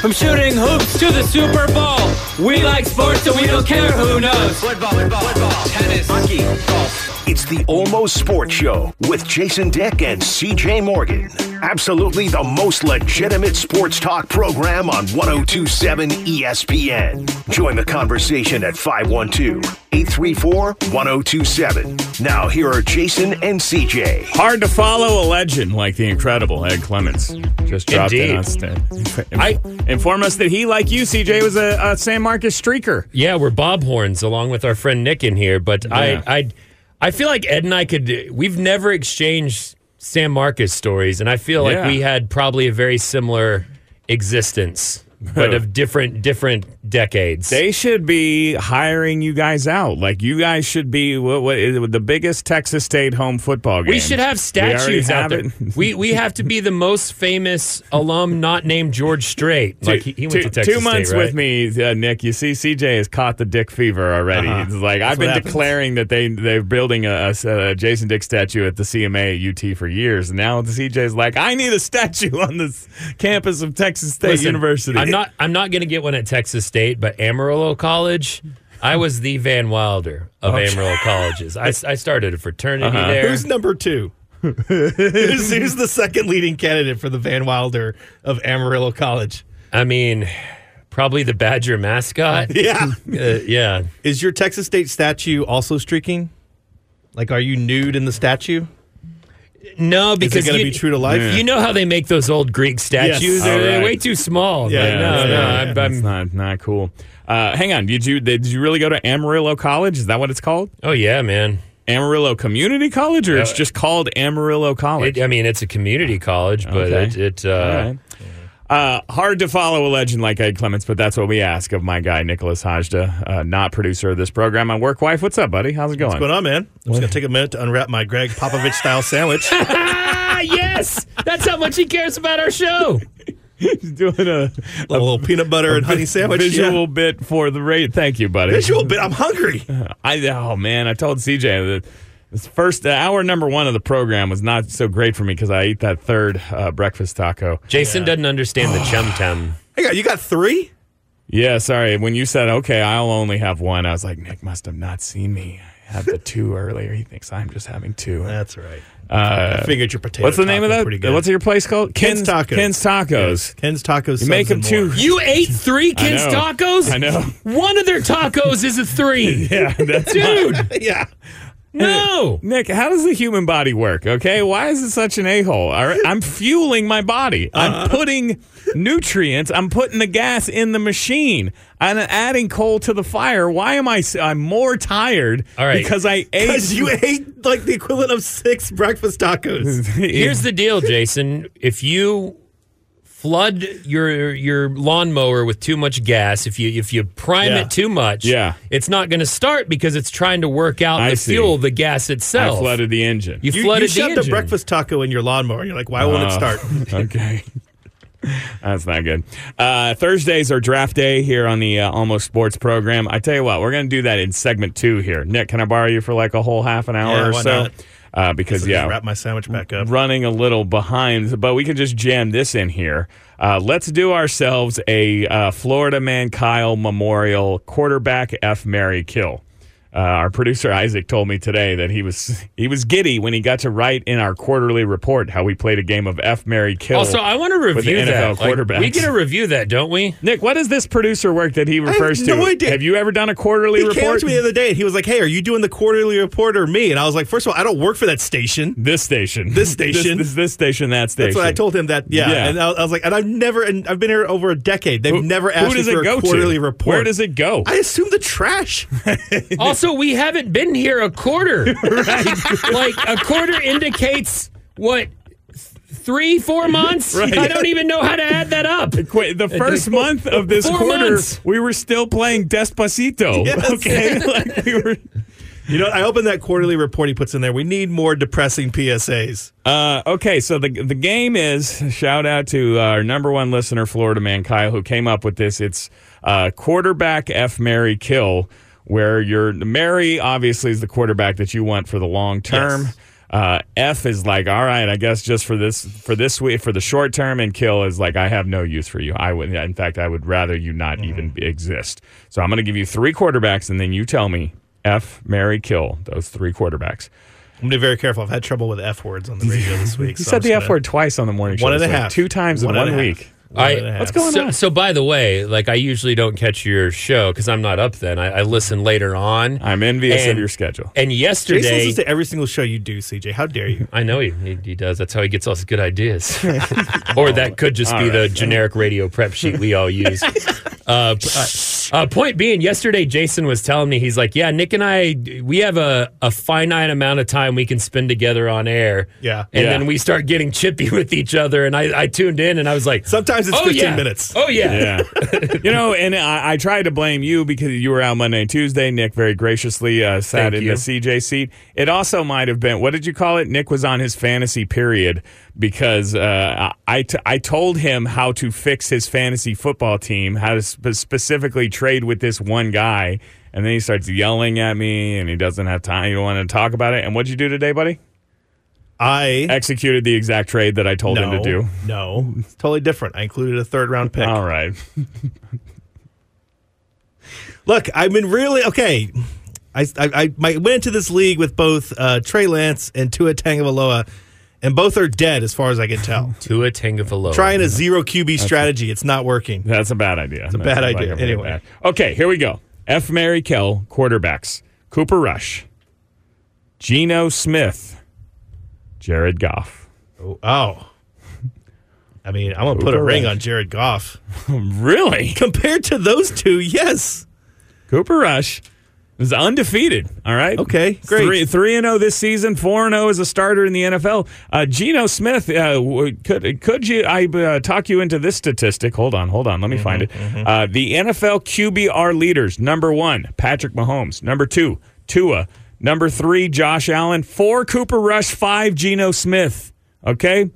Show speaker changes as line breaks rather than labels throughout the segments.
From shooting hoops to the Super Bowl. We like sports, so we don't care who knows.
Football, football, football, tennis, hockey, golf.
It's the Almost Sports Show with Jason Dick and CJ Morgan. Absolutely the most legitimate sports talk program on 1027 ESPN. Join the conversation at 512 834 1027. Now, here are Jason and CJ.
Hard to follow a legend like the incredible Ed Clements. Just dropped in
Indeed.
on st- I inform us that he, like you, CJ, was a, a San Marcus streaker.
Yeah, we're Bob Horns along with our friend Nick in here, but
Yeah.
I, I, I feel like Ed and I could. We've never exchanged San Marcus stories, and I feel like
Yeah.
we had probably a very similar existence, but of different different decades.
They should be hiring you guys out. Like you guys should be what, what is it, the biggest Texas State home football game.
we should have
already
statues
have
out there.
it.
we we have to be the most famous alum not named George Strait. like he, he went
two,
to Texas
two
State,
months
right?
with me, uh, Nick. You see, CJ has caught the Dick fever already. It's like I've been
Uh-huh. what happens.
declaring that they they're building a, a, a Jason Dick statue at the CMA at UT for years. And now CJ's like, I need a statue on this campus of Texas State
Listen,
University.
I'm not. I'm not going to get one at Texas State, but Amarillo College. I was the Van Wilder of Amarillo colleges. I, I started a fraternity there.
Uh-huh. Who's number two? who's, who's the second leading candidate for the Van Wilder of Amarillo College?
I mean, probably the Badger mascot.
Yeah.
Uh, yeah.
Is your Texas State statue also streaking? Like, are you nude in the statue?
No, because
Is it going to
you,
be true to life?
you know how they make those old Greek statues?
Yes.
They're, they're
All right.
way too small.
Yeah,
Like, no,
that's
no.
not-
I'm,
that's
I'm-
not not cool. Uh, hang on, did you did you really go to Amarillo College? Is that what it's called?
oh yeah, man.
Amarillo Community College,
Uh,
or it's just called Amarillo College?
It, I mean, it's a community college, but
Okay.
it. it uh,
All right. Uh, hard to follow a legend like Ed Clements, but that's what we ask of my guy Nicholas Hajda, uh, not producer of this program. My work wife, what's up, buddy? How's it going?
But I'm in. I'm just going to take a minute to unwrap my Greg Popovich style sandwich.
Ah, yes, that's how much he cares about our show.
Doing a
a little peanut butter and honey sandwich.
visual
Yeah.
bit for the rate. Thank you, buddy.
Visual bit. I'm hungry.
I oh man, I told CJ that this first uh, hour number one of the program was not so great for me because I ate that third uh, breakfast taco.
Jason doesn't understand the chum chum.
Hang on, you got three?
Yeah, sorry. When you said okay, I'll only have one, I was like, Nick must have not seen me. I had the two earlier. He thinks I'm just having two.
That's right. I figured your potato.
Uh, What's the name of
taco
that?
Pretty good.
What's your place called?
Ken's Tacos.
Ken's Tacos.
Ken's Tacos?
You make them
Subs and
two.
More.
You ate three kids'
know.
tacos?
I know.
One of their tacos is a three.
Yeah, that's
Dude,
yeah.
no.
Nick, how does the human body work? Okay, why is it such an a hole? All right, I'm fueling my body. I'm putting nutrients. I'm putting the gas in the machine. I'm adding coal to the fire. Why am I? s- I'm more tired.
All right.
because I ate.
Because you ate like the equivalent of six breakfast tacos.
Here's the deal, Jason. If you flood your your lawnmower with too much gas, if you if you prime
Yeah.
it too much,
Yeah.
it's not going to start because it's trying to work out
I
the
see.
fuel, the gas
I
itself.
flooded the engine. Uh,
You,
You,
flooded
you
the
shoved a
engine.
breakfast taco in your lawnmower. and You're like, why won't it start?
okay. That's not good. Uh, Thursdays are draft day here on the uh, Almost Sports program. I tell you what, we're going to do that in segment two here. Nick, can I borrow you for like a whole half an hour
Yeah,
or
why
so?
not?
Uh,
So
because,
Just
yeah,
wrap my sandwich back up.
running a little behind, but we can just jam this in here. Uh, let's do ourselves a uh, Florida Man Kyle Memorial quarterback F. Mary Kill. Uh, our producer Isaac told me today that he was he was giddy when he got to write in our quarterly report how we played a game of F. Mary Kill.
Also, I want to
with the
review
NFL
that. Like,
quarterbacks.
we get to review that, don't we?
Nick, what is this producer work that he
have
refers to?
no idea.
Have you ever done a quarterly
He
report?
came to me the other day and he was like, "Hey, are you doing the quarterly report or me?" And I was like, first of all, I don't work for that station."
this station,
This station.
this, this, this station, that station.
That's what I told him that. Yeah,
Yeah.
and I, I was like, "And I've never, and I've been here over a decade. They've
Who-
never
who
asked me
does
for
it go
a quarterly
to?
report.
Where does it go?
I assume the trash.
Also, we haven't been here a quarter. Like a quarter indicates what th- three, four months.
Right.
I don't even know how to add that up.
Qu- the first
four-
month of this
four
quarter,
months.
we were still playing Despacito.
Yes.
Okay, like we were.
you know, I opened that quarterly report he puts in there. We need more depressing PSAs.
Uh, okay, so the the game is shout out to uh, our number one listener, Florida man Kyle, who came up with this. It's uh, quarterback F Mary kill, where your Mary obviously is the quarterback that you want for the long term.
Yes.
Uh, F is like, all right, I guess just for this for this week for the short term, and kill is like, I have no use for you. I would, in fact, I would rather you not even be- exist. So I'm going to give you three quarterbacks, and then you tell me F, Mary, kill those three quarterbacks.
I'm gonna be very careful. I've had trouble with F words on the radio this week.
You said the F word twice on the morning show.
One and a
this week.
half.
two times in
and
one
a half.
week.
One
I-
and a half.
What's going
So,
on?
so by the way, like I usually don't catch your show because I'm not up then. I, I listen later on.
I'm envious of
And-
your schedule.
and
Jason
yesterday,
listens to every single show you do, CJ. How dare you?
I know he, he he does. That's how he gets all his good ideas. or that could just be the generic radio prep sheet we all use. uh, p- uh, uh, point being, yesterday Jason was telling me he's like, "Yeah, Nick and I, we have a, a finite amount of time we can spend together on air.
Yeah.
and
Yeah.
then we start getting chippy with each other." And I, I tuned in and I was like,
Sometimes it's
oh,
15
yeah.
minutes.
Oh yeah,
Yeah. you know, and I, I tried to blame you because you were out Monday and Tuesday. Nick very graciously uh, sat
Thank
in
you.
the CJ seat. It also might have been, what did you call it? Nick was on his fantasy period because uh, I, t- I told him how to fix his fantasy football team, how to sp- specifically trade with this one guy. And then he starts yelling at me and he doesn't have time. He don't want to talk about it. And what'd you do today, buddy?
I
Executed the exact trade that I told
no,
him to do. Uh,
no, it's totally different. I included a third round pick.
All right.
Look, I've been really okay. I, I, I my, went into this league with both uh, Trey Lance and Tua Tagovailoa, and both are dead as far as I can tell.
Tua Tagovailoa.
Trying a zero QB strategy, it's not working.
That's a bad idea. It's a
bad idea. Anyway.
Okay, here we go. F. Mary Kell, quarterbacks. Cooper Rush. Geno Smith. Jared Goff.
Oh, I mean, I'm gonna put a
Cooper
ring
Rush.
on Jared Goff.
Really?
Compared to those two, yes.
Cooper Rush is undefeated. All right.
Okay, great.
Three three and zero this season. Four and zero as a starter in the NFL. Uh, Geno Smith. Uh, w- could could you? I uh, talk you into this statistic. Hold on, hold on. Let me
Mm-hmm,
find it. Uh, the NFL QBR leaders. Number one, Patrick Mahomes. Number two, Tua. Number three, Josh Allen. Four, Cooper Rush. Five, Geno Smith. Okay.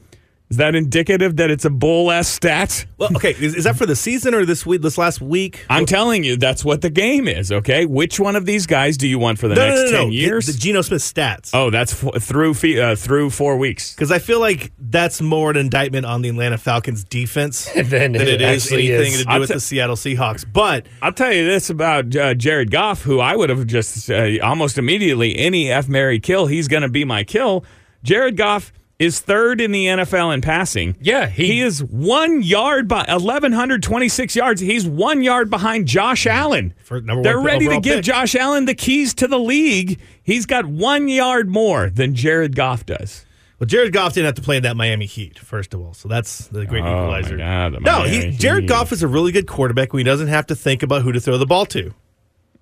Is that indicative that it's a bull ass stat?
Well, okay, is, is that for the season or this week? This last week?
I'm telling you, that's what the game is. Okay, which one of these guys do you want for the next ten years?
The, the Geno Smith stats.
oh, that's f- through fe- uh, through four weeks.
Because I feel like that's more an indictment on the Atlanta Falcons defense than
Then
it is
actually
anything to do
I'll
with
t-
the Seattle Seahawks. But
I'll tell you this about uh, Jared Goff, who I would have just uh, almost immediately any F Mary kill. He's going to be my kill. Jared Goff is third in the NFL in passing.
Yeah, he-
he is one yard by 1126 yards. He's one yard behind Josh Allen.
Mm-hmm. For number one
They're
pi-
ready to
overall
give
pick.
Josh Allen the keys to the league. He's got one yard more than Jared Goff does.
well, Jared Goff didn't have to play in that Miami Heat, first of all. So that's the great equalizer.
Oh, God, the
no,
Miami
he, Jared
Heat.
Goff is a really good quarterback when he doesn't have to think about who to throw the ball to.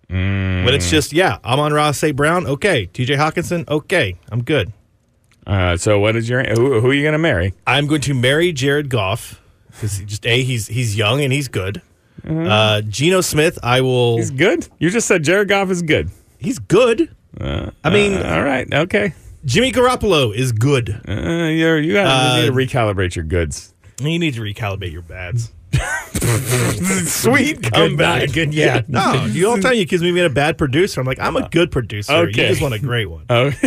When
Mm.
it's just, yeah, I'm on Ross A. Brown. Okay. TJ Hawkinson. Okay. I'm good.
Uh, so what is your who, who are you going to marry?
I'm going to marry Jared Goff because just a he's he's young and he's good. Uh, Geno Smith, I will.
He's
He's,
good. You just said Jared Goff is good.
good. I mean,
All right, okay.
Jimmy Garoppolo is good.
Uh, you're, you gotta, you
Uh,
need to recalibrate your goods.
You need to recalibrate your bads.
Sweet
Good night. Good, yeah.
No, you all the time you accuse me of being a bad producer. I'm like, I'm a good producer.
Okay.
You just want a great one.
Oh.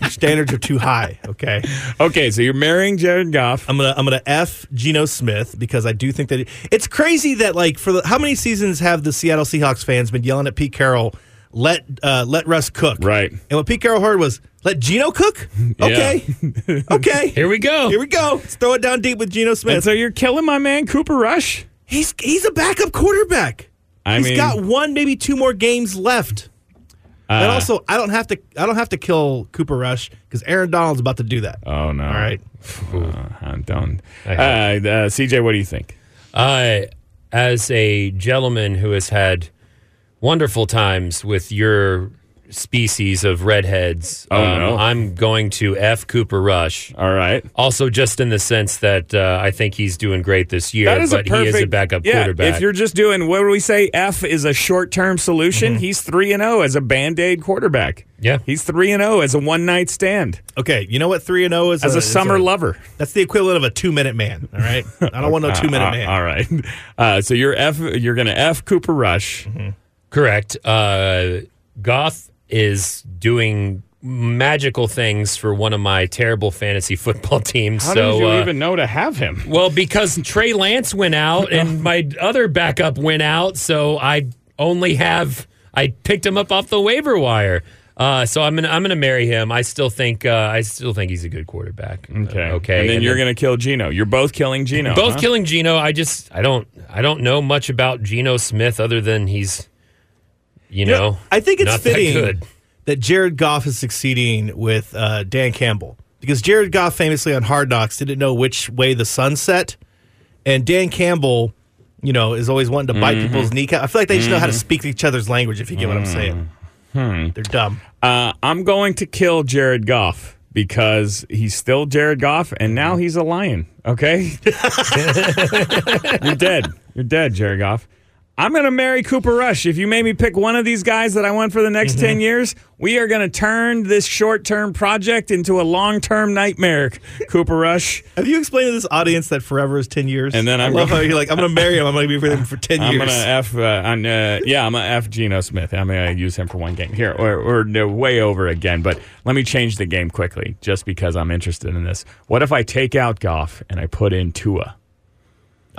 Your standards are too high. Okay.
Okay, so you're marrying Jared Goff.
I'm gonna I'm gonna f Geno Smith because I do think that it- it's crazy that like for the, how many seasons have the Seattle Seahawks fans been yelling at Pete Carroll? Let uh, let Russ cook.
Right.
And what Pete Carroll heard was let Geno cook. Okay. okay.
Here we go.
Here we go. Let's throw it down deep with Geno
And
Smith.
so you're killing my man Cooper Rush.
he's he's a backup quarterback.
I
He's
mean, Uh,
got one, maybe two more games left. and also, I don't have to. I don't have to kill Cooper Rush because Aaron Donald's about to do that.
oh no!
All right.
I'm done. Uh,
I
uh,
hope.
CJ, what do you think?
Uh, as a gentleman who has had wonderful times with your species of redheads, um,
Oh, no.
I'm going to F Cooper Rush.
All right.
Also, just in the sense that uh, I think he's doing great this year,
That is
but
a perfect.
he is a backup
yeah,
quarterback.
If you're just doing what do we say? F is a short term solution. He's three and zero as a band aid quarterback.
Yeah.
he's three and zero as a one night stand
Okay. You know what? Three and zero is Uh,
as a
is
summer lover.
That's the equivalent of a two minute man. All right. I don't want no two minute
Uh,
man.
all right. Uh, so you're F. You're gonna F Cooper Rush.
Correct. Uh, Goff is doing magical things for one of my terrible fantasy football teams.
How
so
did you
uh,
even know to have him?
well, because Trey Lance went out and my other backup went out, so I only have I picked him up off the waiver wire. Uh, so I'm gonna I'm gonna marry him. I still think uh, I still think he's a good quarterback.
Okay.
Uh, okay.
And then you're Uh-huh. going to kill Gino. You're both killing Gino.
both
huh?
killing Geno. I just I don't I don't know much about Geno Smith other than he's you
You
know,
I think it's
not that
fitting
good.
that, Jared Goff is succeeding with uh, Dan Campbell because Jared Goff famously on Hard Knocks didn't know which way the sun set, and Dan Campbell, you know, is always wanting to bite
Mm-hmm.
people's kneecap. I feel like they just know how to speak each other's language. If you get what I'm
Mm.
saying,
Hmm.
they're dumb.
Uh, I'm going to kill Jared Goff because he's still Jared Goff, and now he's a lion. Okay, you're dead. You're dead, Jared Goff. I'm going to marry Cooper Rush. If you made me pick one of these guys that I want for the next 10 years, we are going to turn this short term project into a long term nightmare, Cooper Rush.
Have you explained to this audience that forever is ten years?
And then I'm
I love
gonna-
how you're like, I'm going to marry him. I'm going to be with him for 10
I'm
years.
gonna f. Uh, I'm, uh, yeah, I'm gonna f. Geno Smith. I'm gonna use him for one game here, or, or no, way over again. But let me change the game quickly, just because I'm interested in this. What if I take out Goff and I put in Tua?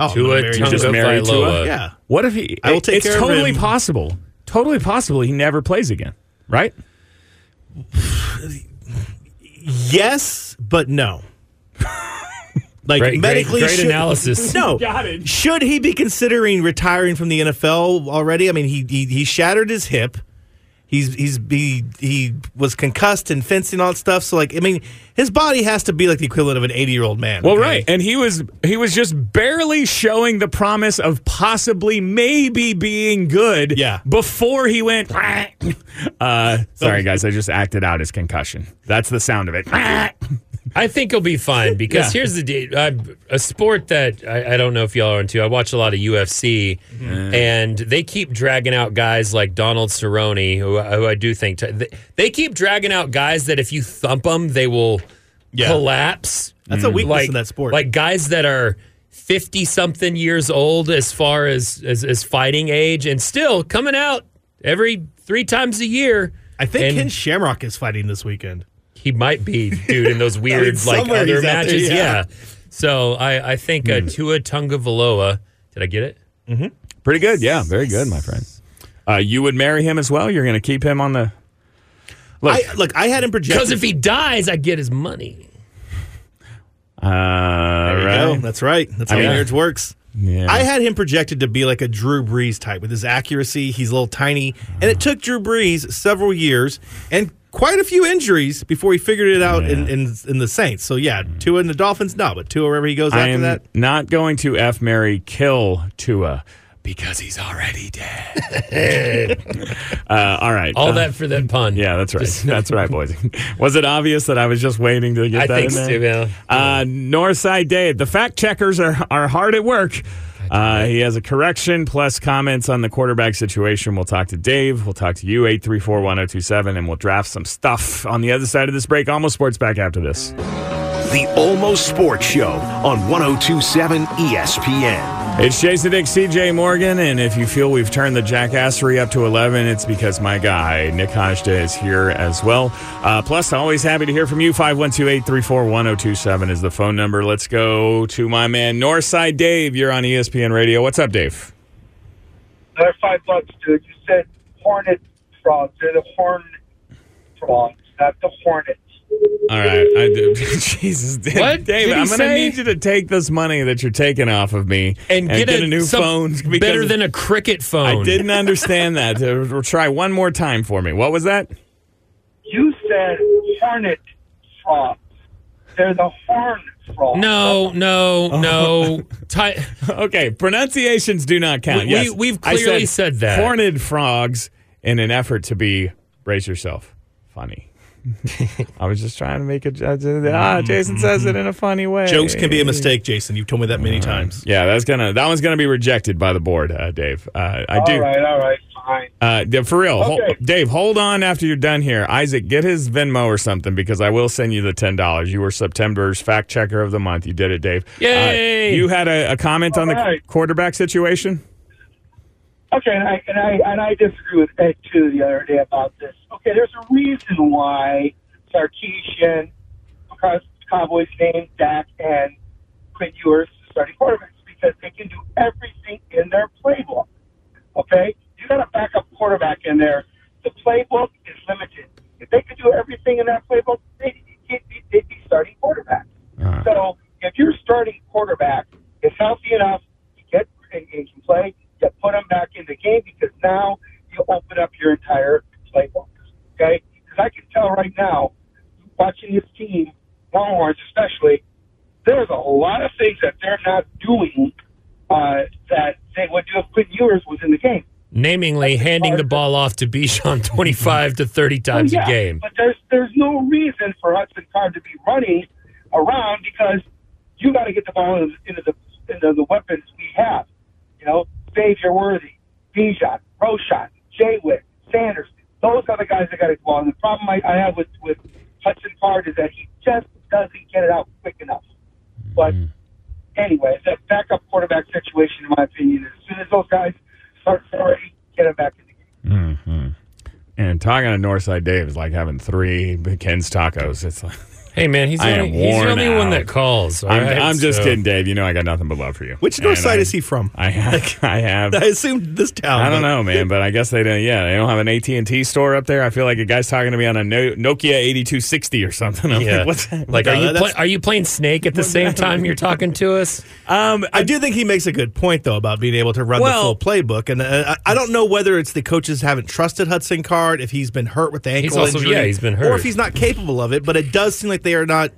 Oh, I'm
Tua
gonna marry
Tonga
him.
Just marry Tua?
Vailoa.
Yeah.
What if he?
uh, I will take
It's
care of
totally
him.
possible. Totally possible. He never plays again. Right?
Yes, but no. like
Great,
medically,
great, great
should-
analysis.
No,
Got it.
should he be considering retiring from the NFL already? I mean, he he, he shattered his hip. He's he's he, he was concussed and fenced and all that stuff. So like, I mean, his body has to be like the equivalent of an eighty year old man.
Well,
okay?
right. And he was he was just barely showing the promise of possibly maybe being good.
Yeah.
Before he went. uh, sorry, guys. I just acted out his concussion. That's the sound of it.
I think he'll be fine because
Yeah.
here's the deal. I'm- A sport that I, I don't know if y'all are into. I watch a lot of UFC,
Mm-hmm.
and they keep dragging out guys like Donald Cerrone, who, I- who I do think t- they, they keep dragging out guys that if you thump them, they will
Yeah.
collapse.
That's a weakness
Mm. like,
in that sport.
Like guys that are fifty something years old as far as, as as fighting age, and still coming out every three times a year.
I think
And-
Ken Shamrock is fighting this weekend.
he might be, dude, in those weird like
somewhere
other
he's out there,
matches.
yeah.
yeah. So I, I think
Hmm.
uh, Tua Tungavaloa. Did I get it?
Pretty good. Yeah, very good, my friend. Uh, you would marry him as well. You're going to keep him on the. Look,
I look, I had him
Because
projected.
if he dies, I get his money.
uh,
There you
right.
go. That's right. That's how
mean-
marriage works.
Yeah.
I had him projected to be like a Drew Brees type with his accuracy. He's a little tiny. And it took Drew Brees several years and quite a few injuries before he figured it out in, in, in the Saints. So, yeah, Tua in the Dolphins, no, but Tua wherever he goes
I
after
am
that.
not going to F Mary kill Tua because he's already dead. uh, all right.
All
Uh,
that for that pun.
Yeah, that's right. that's right, boys. Was it obvious that I was just waiting to get
I
that
think
in there?
so. Yeah.
Uh, Northside Dave, the fact checkers are, are hard at work. Uh, he has a correction plus comments on the quarterback situation. We'll talk to Dave. We'll talk to you, 834 1027, and we'll draft some stuff on the other side of this break. Almost Sports back after this.
The Almost Sports Show on 1027 ESPN.
It's Jason Dick, CJ Morgan, and if you feel we've turned the jackassery up to 11, it's because my guy, Nick Hajda, is here as well. Uh, plus, always happy to hear from you. 512 834 1027 is the phone number. Let's go to my man, Northside Dave. You're on E ESPN Radio. What's up, Dave?
Another five bucks, dude. You said hornet frogs. They're the horn frogs, not the hornets.
All right. I do. Jesus. Dave,
What
Dave,
did he
I'm going to
say?
need you to take this money that you're taking off of me
And, get,
a, new
some-
phone. because
Better than a cricket phone.
I didn't understand that. Uh, Try one more time for me. What was that?
You said hornet frogs. They're the horn frogs.
No, no, no. Ty-
Okay, pronunciations do not count.
We- we-
yes,
we've
I
clearly said that.
Horned frogs in an effort to be brace yourself funny. I was just trying to make a judge.
Mm-hmm.
Ah, Jason says it in a funny way.
Jokes can be a mistake, Jason. You've told me that many times.
Yeah, that's gonna that one's gonna be rejected by the board, uh, Dave. Uh, I
All
do.
right, all right, fine.
Uh, yeah, for real, Hol-
Okay.
Dave. Hold on after you're done here. Isaac, get his Venmo or something because I will send you the ten dollars. You were September's fact checker of the month. You did it, Dave. Uh,
Yay!
you had a, a comment on the
All right.
quarterback situation.
Okay, and I, and I and I disagree with Ed too the other day about this. Okay, there's a reason why Sarkeesian, because Cowboys named Dak and Quinn Ewers to starting quarterbacks because they can do everything in their playbook. Okay, you got a backup quarterback in there. The playbook is limited. If they could do everything in that playbook, they, they'd, be, they'd be starting quarterbacks. So if your starting quarterback is healthy enough to get and, and can play, to put him back in the game because now you open up your entire playbook. Okay? Because I can tell right now, watching this team, Longhorns especially, there's a lot of things that they're not doing uh, that they would do if Quinn Ewers was in the game.
Namingly, handing the ball off to Bijan 25 to 30 times
Well,
a game.
But there's there's no reason for Hudson Card to be running around because you got to get the ball in- into the into the weapons we have. You know, Xavier Worthy, Bijan, Roshan, Jaywick, Sanders. Those are the guys that got to go. And the problem I, I have with with Hudson Card is that he just doesn't get it out quick enough. But
Mm.
anyway, that backup quarterback situation, in my opinion, as soon as those guys start sorry, get him back in the game.
And talking to Northside Dave is like having three Ken's tacos. It's like,
Hey, man, he's
I
the
am
only, he's the
worn
only one
out.
that calls. all
I'm,
right?
I'm just
So-
kidding, Dave. You know I got nothing but love for you.
Which
And
north side
I-
is he from?
I have, I have.
I assumed this town.
I don't
but-
know, man, but I guess they don't. Yeah, they don't have an AT and T store up there. I feel like a guy's talking to me on a no, Nokia eighty two sixty or something. I'm
Yeah.
like, what's that?
Like,
No,
are you,
that's-
play, are you playing Snake at the same time you're talking to us?
Um,
I do think he makes a good point though about being able to run
Well-
the full playbook, and uh, I I don't know whether it's the coaches haven't trusted Hudson Card if he's been hurt with the ankle
also-
injury,
yeah, he's been
or
hurt.
if he's not capable of it. But it does seem like they are not.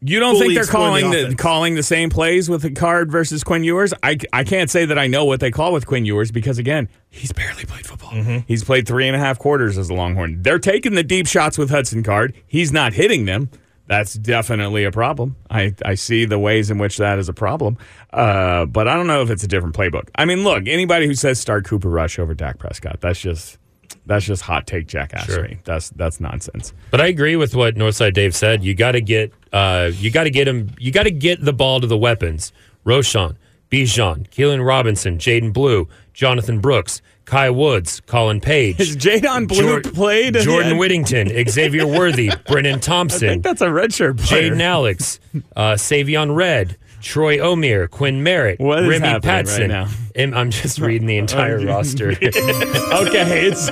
you don't think
fully
they're
exploring
calling
the
the,
offense.
calling the same plays with the card versus Quinn Ewers? I, I can't say that I know what they call with Quinn Ewers because again, he's barely played football. He's played three and a half quarters as a Longhorn. They're taking the deep shots with Hudson Card. He's not hitting them. That's definitely a problem. I, I see the ways in which that is a problem, uh, but I don't know if it's a different playbook. I mean, look, anybody who says start Cooper Rush over Dak Prescott, that's just that's just hot take jackassery.
Sure.
That's that's nonsense.
But I agree with what Northside Dave said. You got to get, uh, you got to get him. You got to get the ball to the weapons. Roshan, Bijan, Keelan Robinson, Jaden Blue, Jonathan Brooks, Kai Woods, Colin
Is
Page,
Jadon Blue
Jor-
played?
Jordan Whittington, Xavier Worthy, Brennan
I
Thompson,
think that's a redshirt player.
Jaden Alex, uh, Savion Red, Troy Omir, Quinn Merritt,
What is
Remy
happening right
Patson.
now?
And I'm just reading the entire roster.
okay, it's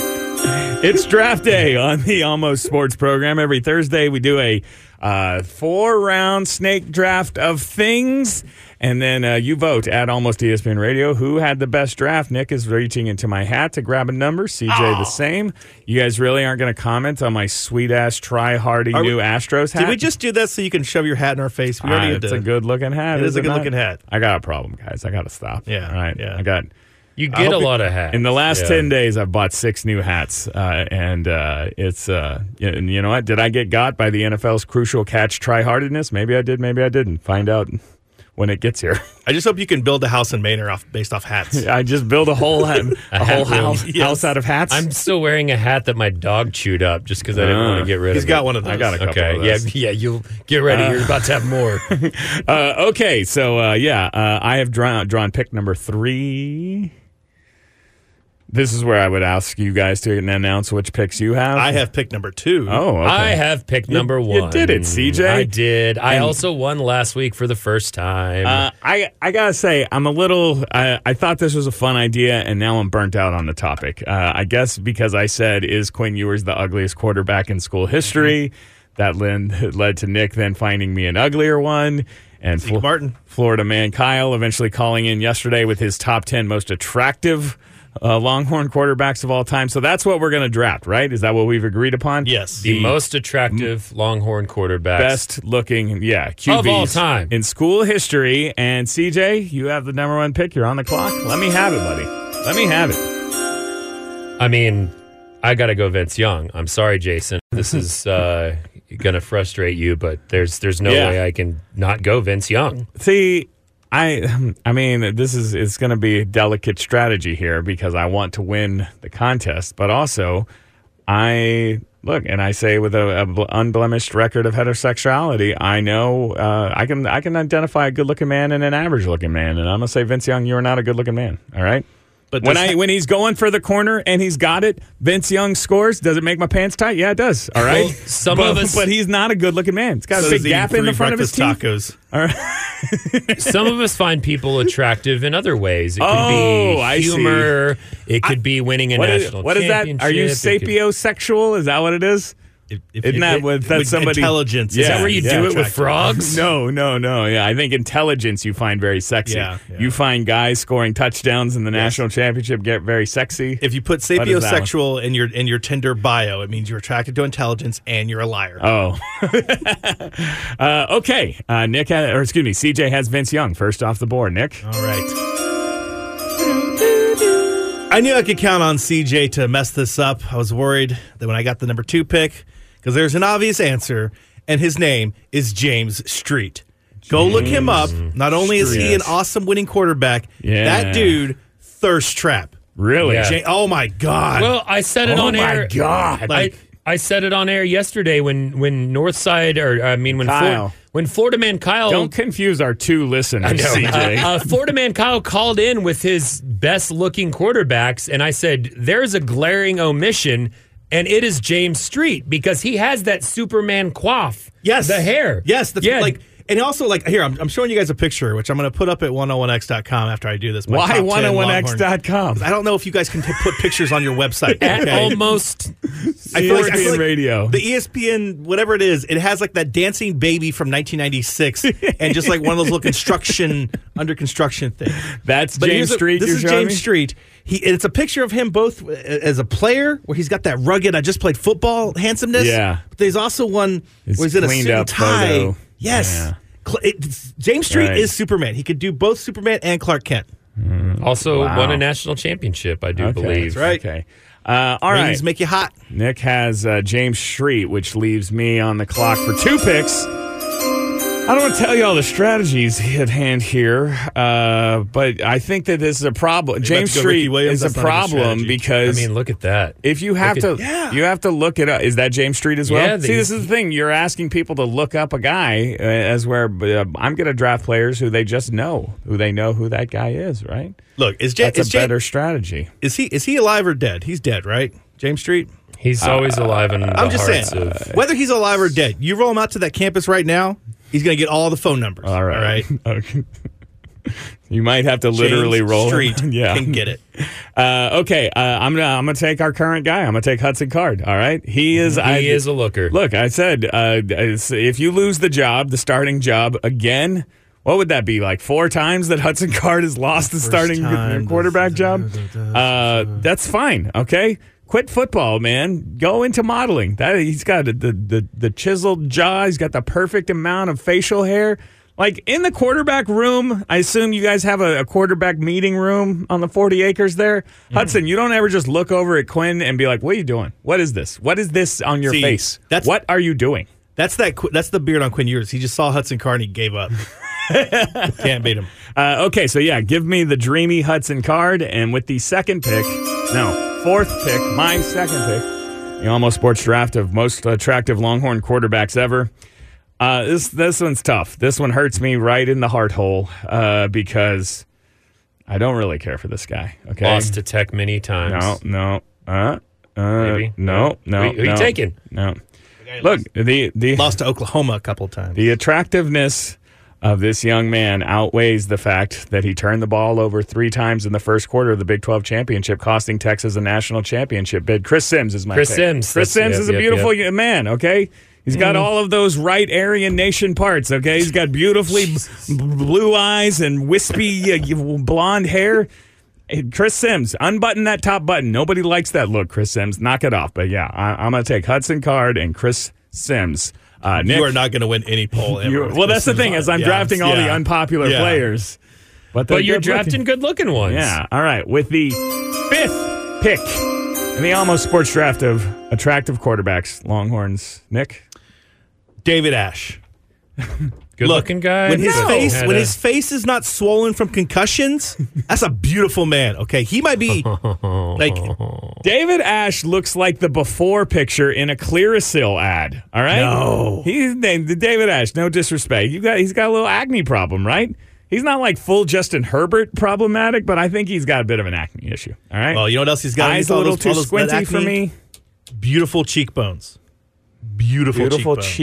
it's draft day on the Almost Sports program. Every Thursday, we do a uh, four round snake draft of things, and then uh, you vote at Almost E ESPN Radio who had the best draft. Nick is reaching into my hat to grab a number. CJ
Oh.
the same. You guys really aren't going to comment on my sweet ass try hardy
Are we-
new Astros hat.
Did we just do that so you can shove your hat in our face? We already
Ah,
did.
it's a good looking hat.
It is a
it
good
not?
looking hat.
I got a problem, guys. I got to stop.
Yeah,
All right.
yeah.
I got.
You
I
get a
hope-
lot of hats.
In the last
Yeah.
10 days, I've bought six new hats. Uh, and uh, it's, uh, and you know what? Did I get got by the NFL's crucial catch tryhardedness? Maybe I did, maybe I didn't. Find out when it gets here.
I just hope you can build a house in Manor off based off hats.
I just built a whole, a whole
hat room.
house, house out of hats.
I'm still wearing a hat that my dog chewed up just because I didn't
Ah.
want to get rid
He's
of it.
got one of those.
I got a couple
Okay,
of
yeah,
those.
yeah. You'll get ready. You're about to have more.
uh, okay, so uh, yeah, uh, I have drawn drawn pick number three. This is where I would ask you guys to announce which picks you have.
I have pick number two.
Oh, okay.
I have pick number
you
one.
did it, CJ.
I did. I
And-
also won last week for the first time.
Uh, I I gotta say I'm a little I, I thought this was a fun idea and now I'm burnt out on the topic. Uh, I guess because I said is Quinn Ewers the ugliest quarterback in school history,
Mm-hmm.
that led led to Nick then finding me an uglier one and Flo-
Martin.
Florida man Kyle eventually calling in yesterday with his top ten most attractive. Uh, Longhorn quarterbacks of all time. So that's what we're going to draft, right? Is that what we've agreed upon?
Yes.
the most attractive Longhorn quarterback.
best looking, yeah, QBs
Of all time.
in school history. And CJ, you have the number one pick. You're on the clock. Let me have it, buddy. Let me have it.
I mean, I got to go Vince Young. I'm sorry, Jason. This is uh, going to frustrate you, but there's there's no
Yeah.
way I can not go Vince Young.
See, I, I mean, this is it's going to be a delicate strategy here because I want to win the contest, but also I look and I say with a, a bl- unblemished record of heterosexuality, I know uh, I can I can identify a good looking man and an average looking man, and I'm going to say Vince Young, you are not a good looking man. All right.
But
when
this-
I when he's going for the corner and he's got it, Vince Young scores. Does it make my pants tight? Yeah, it does. All right.
Well, some
but,
of us-
but he's not a good looking man. It's got
So
a
does
big
he
gap
eat
in the
three
front of his teeth.
breakfast tacos.
Some of us find people attractive in other ways. It could
Oh, I
be
see.
humor. It could be winning a
What is,
national
what is that?
championship.
Are you
It could-
sapiosexual? Is that what it is?
If- if
Isn't
you-
that
it-
what- that's
with
somebody-
intelligence?
Is
Is that where you
Yeah,
do it with
attractive.
frogs?
No, no, no. Yeah, I think intelligence you find very sexy.
Yeah, yeah.
You find guys scoring touchdowns in the national championship get very sexy.
If you put
What is that one?
sapiosexual in your in your Tinder bio, it means you're attracted to intelligence and you're a liar.
Oh, uh, okay. Uh, Nick, ha- or excuse me, CJ has Vince Young first off the board. Nick,
All right. I knew I could count on CJ to mess this up. I was worried that when I got the number two pick, because there's an obvious answer, and his name is James Street. Go look him up. Not only is he an awesome winning quarterback,
Yeah.
that dude thirst trap.
really?
Yeah.
Ja- oh my god!
Well, I said it
Oh
on
my
air.
God.
Like-
I, I said it on air yesterday when when Northside or I mean when
Kyle.
Flor- when Florida man
oh.
Kyle
Don't confuse our two listeners, CJ.
Uh, uh, Florida man Kyle called in with his best looking quarterbacks, and I said, There's a glaring omission, and it is James Street because he has that Superman quaff.
Yes.
The hair.
Yes. The,
yeah.
Like, and also, like, here, I'm, I'm showing you guys a picture, which I'm going to put up at 101x.com after I do this. my
Why
top 10 Longhorn.
101x.com?
I don't know if you guys can t- put pictures on your website.
at
okay?
almost
I feel like, I
ESPN
feel like
radio.
The E ESPN, whatever it is, it has like that dancing baby from 1996 and just like one of those little construction, under construction things.
That's James
here's a-
Street.
This
you're
is
showing
James
me?
Street. He, it's a picture of him both uh, as a player, where he's got that rugged, I just played football handsomeness.
Yeah.
But there's also one,
His
was it a
cleaned
suit and
up
tie?
photo.
Yes.
Yeah.
Cl- it's- James Street
Right.
is Superman. He could do both Superman and Clark Kent.
also
Wow.
won a national championship, I do
Okay.
believe.
That's right.
Okay. Uh, all right.
Rings make you hot.
Nick has uh, James Street, which leaves me on the clock for two picks. I don't want to tell you all the strategies at hand here, uh, but I think that this is a problem. James
to go
Street
Ricky
is
Williams,
a
that's not a good
problem
strategy.
I
because
mean, look at that.
if you have
look
to, you have to look it up. Is that James Street as well?
Yeah,
See,
they-
this is the thing. You're asking people to look up a guy uh, as where uh, I'm going to draft players who they just know, who they know who that guy is, right?
Look, is, Ja-
That's
is,
a
Ja-
better strategy.
is he is he alive or dead? He's dead, right? James Street.
He's always alive in the
I'm just saying, Uh,
hearts of.
whether he's alive or dead, you roll him out to that campus right now, he's going to get all the phone numbers.
All right.
All right.
Okay. You might have to literally
James
roll.
Street
yeah.
can get it.
Uh, okay. Uh, I'm gonna I'm gonna take our current guy. I'm gonna take Hudson Card. All right. He is. I,
He is a looker.
Look, I said uh, it's- if you lose the job, the starting job again. What would that be like? Four times that Hudson Card has lost the starting
time.
quarterback job.
Uh-huh.
Uh, that's fine. Okay, quit football, man. Go into modeling. That he's got the, the the the chiseled jaw. He's got the perfect amount of facial hair. Like in the quarterback room, I assume you guys have a, a quarterback meeting room on the 40 acres there.
Mm-hmm.
Hudson, you don't ever just look over at Quinn and be like, what are you doing? What is this? What is this on your
See,
face?
that's-
what are you doing?
That's that. Qu- that's the beard on Quinn Ewers. He just saw Hudson Carney gave up. Can't beat him.
Uh, okay, so yeah, give me the dreamy Hudson card, and with the second pick, no, fourth pick, my second pick, the almost sports draft of most attractive Longhorn quarterbacks ever. Uh, this this one's tough. This one hurts me right in the heart hole uh, because I don't really care for this guy. Okay,
Lost to Tech many times.
no, no, uh, uh,
Maybe.
no, no.
Who- who you
no,
taking?
No. Look, the the
Lost to Oklahoma a couple times.
the attractiveness of this young man outweighs the fact that he turned the ball over three times in the first quarter of the Big 12 championship, costing Texas a national championship bid. Chris Sims is my
Chris
pick.
Sims.
Chris
That's-
Sims
yep,
is a
yep, Mm-hmm.
beautiful y- man. Okay, he's got all of those right Aryan Nation parts. Okay, he's got beautifully b- blue eyes and wispy uh, y- blonde hair. Hey, Chris Sims, unbutton that top button. Nobody likes that look, Chris Sims. Knock it off. But yeah, I, I'm going to take Hudson Card and Chris Sims. Uh, Nick,
you are not going to win any poll. Ever
you-
with
well, that's the
Chris
thing is I'm
Yeah,
drafting all the
yeah.
unpopular
Yeah.
players, they're
But you're
good-looking.
drafting good looking ones.
Yeah. All right. With the fifth pick in the almost sports draft of attractive quarterbacks, Longhorns. Nick.
David Ash.
Good looking guy.
When his
but
face
had
when
a-
his face is not swollen from concussions, that's a beautiful man. Okay, he might be like
David Ash looks like the before picture in a Clearasil ad. All right. No. He's named David Ash. No disrespect. You got. He's got a little acne problem, right? He's not like full Justin Herbert problematic, but I think he's got a bit of an acne issue. All right.
Well, you know what else he's got?
Eyes
He's
a
all
little
those- all
too
those-
squinty
that
for
acne.
me.
Beautiful cheekbones. Beautiful,
Beautiful
cheekbones.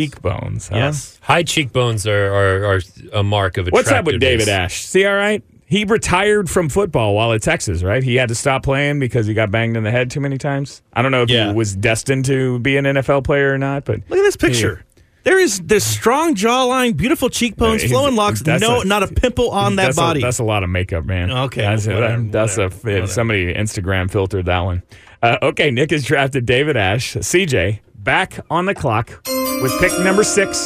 cheekbones. huh?
Yes.
High cheekbones are, are, are a mark of
What's
attractiveness.
up with David Ash? See, all right. He retired from football while at Texas, right? He had to stop playing because he got banged in the head too many times. I don't know if
Yeah.
he was destined to be an NFL player or not, but
Look at this picture. There is this strong jawline, beautiful cheekbones,
uh, He's-
flowing locks.
that's
No,
a-
not a pimple on that
that's
body.
A, that's a lot of makeup, man.
Okay,
That's,
well, whatever,
a, that's a-
whatever, whatever.
somebody Instagram filtered that one. Uh, okay, Nick has drafted David Ash, CJ, back on the clock with pick number six.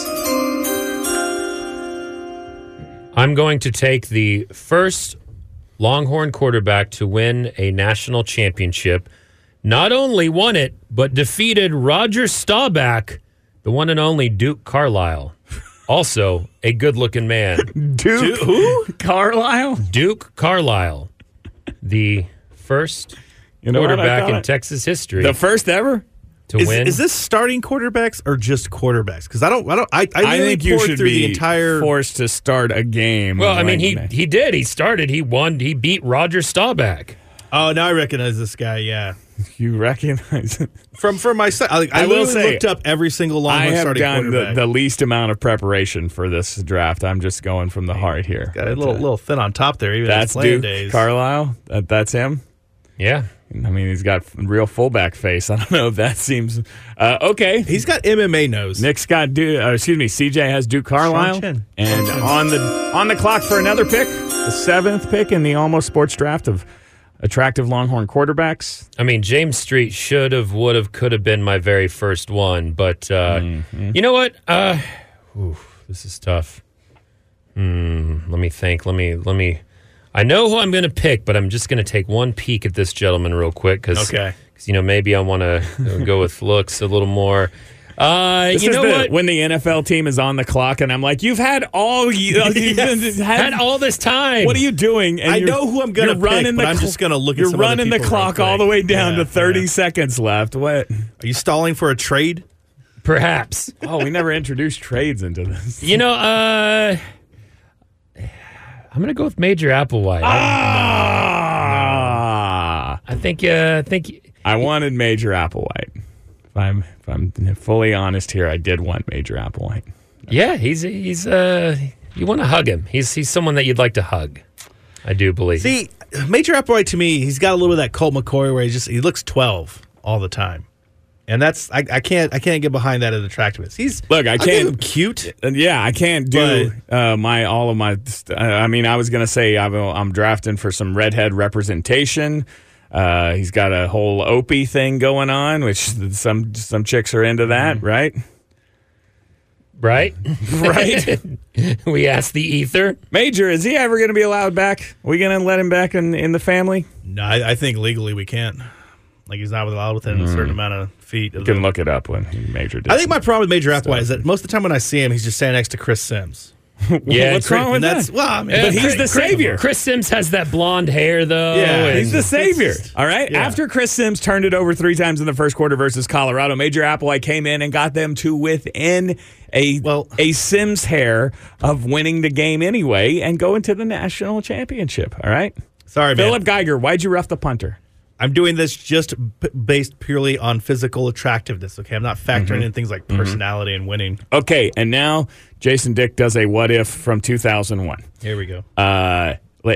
I'm going to take the first Longhorn quarterback to win a national championship. Not only won it, but defeated Roger Staubach, the one and only Duke Carlisle. Also, a good looking man.
Duke, who? Carlisle.
Duke Carlisle, the first
You know what, I
quarterback
got
in
it.
Texas history
The first ever.
to
is,
win.
is this starting quarterbacks or just quarterbacks? Because I don't, I don't, I, I, literally poured through the entire.
forced to start a game.
well, I mean, he,
like-
he did. He started. He won. He beat Roger Staubach.
Oh, now I recognize this guy. Yeah,
you recognize it.
from from my side, I, I,
I will
literally
say,
looked up every single
I
Longhorn
have
starting
done the,
quarterback.
the least amount of preparation for this draft. I'm just going from the heart here.
Got a little little thin on top there. Even
That's
in his playing
Duke
days.
Carlisle. That, that's him.
Yeah.
I mean, he's got real fullback face. I don't know if that seems uh, okay.
He's got MMA nose.
Nick's got Duke. Uh, excuse me, CJ has Duke Carlisle,
Chin.
and on the on the clock for another pick, the seventh pick in the almost sports draft of attractive Longhorn quarterbacks.
I mean, James Street should have, would have, could have been my very first one, but uh,
Mm-hmm.
you know what? Uh, oof, this is tough. Hmm, let me think. Let me, let me. I know who I'm going to pick, but I'm just going to take one peek at this gentleman real quick because,
Okay.
you know, maybe I want to go with looks a little more. Uh,
This
you
is
know
the-
what?
When the NFL team is on the clock, and I'm like, "You've had all you, you've been- had-
Had all this time.
what are you doing?" And
I
you're-
know who I'm gonna
you're running
pick, but I'm
cl-
just gonna look at
You're
some other
running the
people real
clock all the way
quick.
down
Yeah,
to 30
yeah.
seconds left. What?
Are you stalling for a trade?
Perhaps.
Oh, we never introduced trades into this.
You know, uh, I'm gonna go with Major Applewhite. I,
Ah.
I think, uh, I think,
I wanted Major Applewhite. If I'm if I'm fully honest here, I did want Major Applewhite.
yeah, he's he's uh, you want to hug him. He's he's someone that you'd like to hug. I do believe.
See, Major Applewhite to me, he's got a little bit of that Colt McCoy where he just he looks twelve all the time, and that's I, I can't I can't get behind that as attractiveness. He's
Look, I
give
can't-
him cute.
And yeah, I can't do uh, my all of my. St- I I mean, I was gonna say I'm, I'm drafting for some redhead representation. Uh, he's got a whole Opie thing going on, which some some chicks are into that,
Mm-hmm.
right?
right?
Right.
we asked the ether.
Major, is he ever gonna be allowed back? we gonna let him back in, in the family?
No, I, I think legally we can't. Like he's not allowed within a certain amount of feet.
Mm.
Of
You can
the-
look it up when Major. Did
I think my problem with Major Applewhite is that most of the time when I see him, he's just standing next to Chris Sims.
Yeah,
what's
Chris-
wrong with
And that's
that?
well, I mean,
Uh,
Oh, But he's
Chris-
the
Chris-
savior.
Chris Sims has that blonde hair, though.
Yeah,
and-
He's the savior. All right.
Yeah.
After Chris Sims turned it over three times in the first quarter versus Colorado, Major Applewhite came in and got them to within a
Well-
a Sims hair of winning the game anyway and going to the national championship. All right.
sorry, man.
Philip Geiger, why'd you rough the punter?
I'm doing this just p- based purely on physical attractiveness. Okay, I'm not
Mm-hmm.
factoring in things like personality and winning.
Okay, and now Jason Dick does a what if from 2001.
Here we go.
Uh,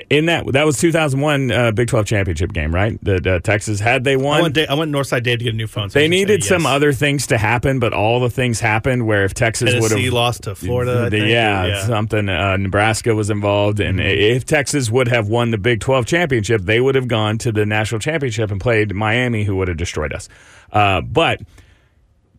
in that that was 2001 uh, Big 12 championship game, right? That uh, Texas had they won.
I want, da- I want Northside Dave to get a new phone. so I
They
should say
needed some
yes.
other things to happen, but all the things happened where if Texas would
Tennessee
have
lost to Florida. I
the-
think, or-
yeah, something. Uh, Nebraska was involved, and if Texas would have won the Big 12 championship, they would have gone to the national championship and played Miami, who would have destroyed us. Uh, but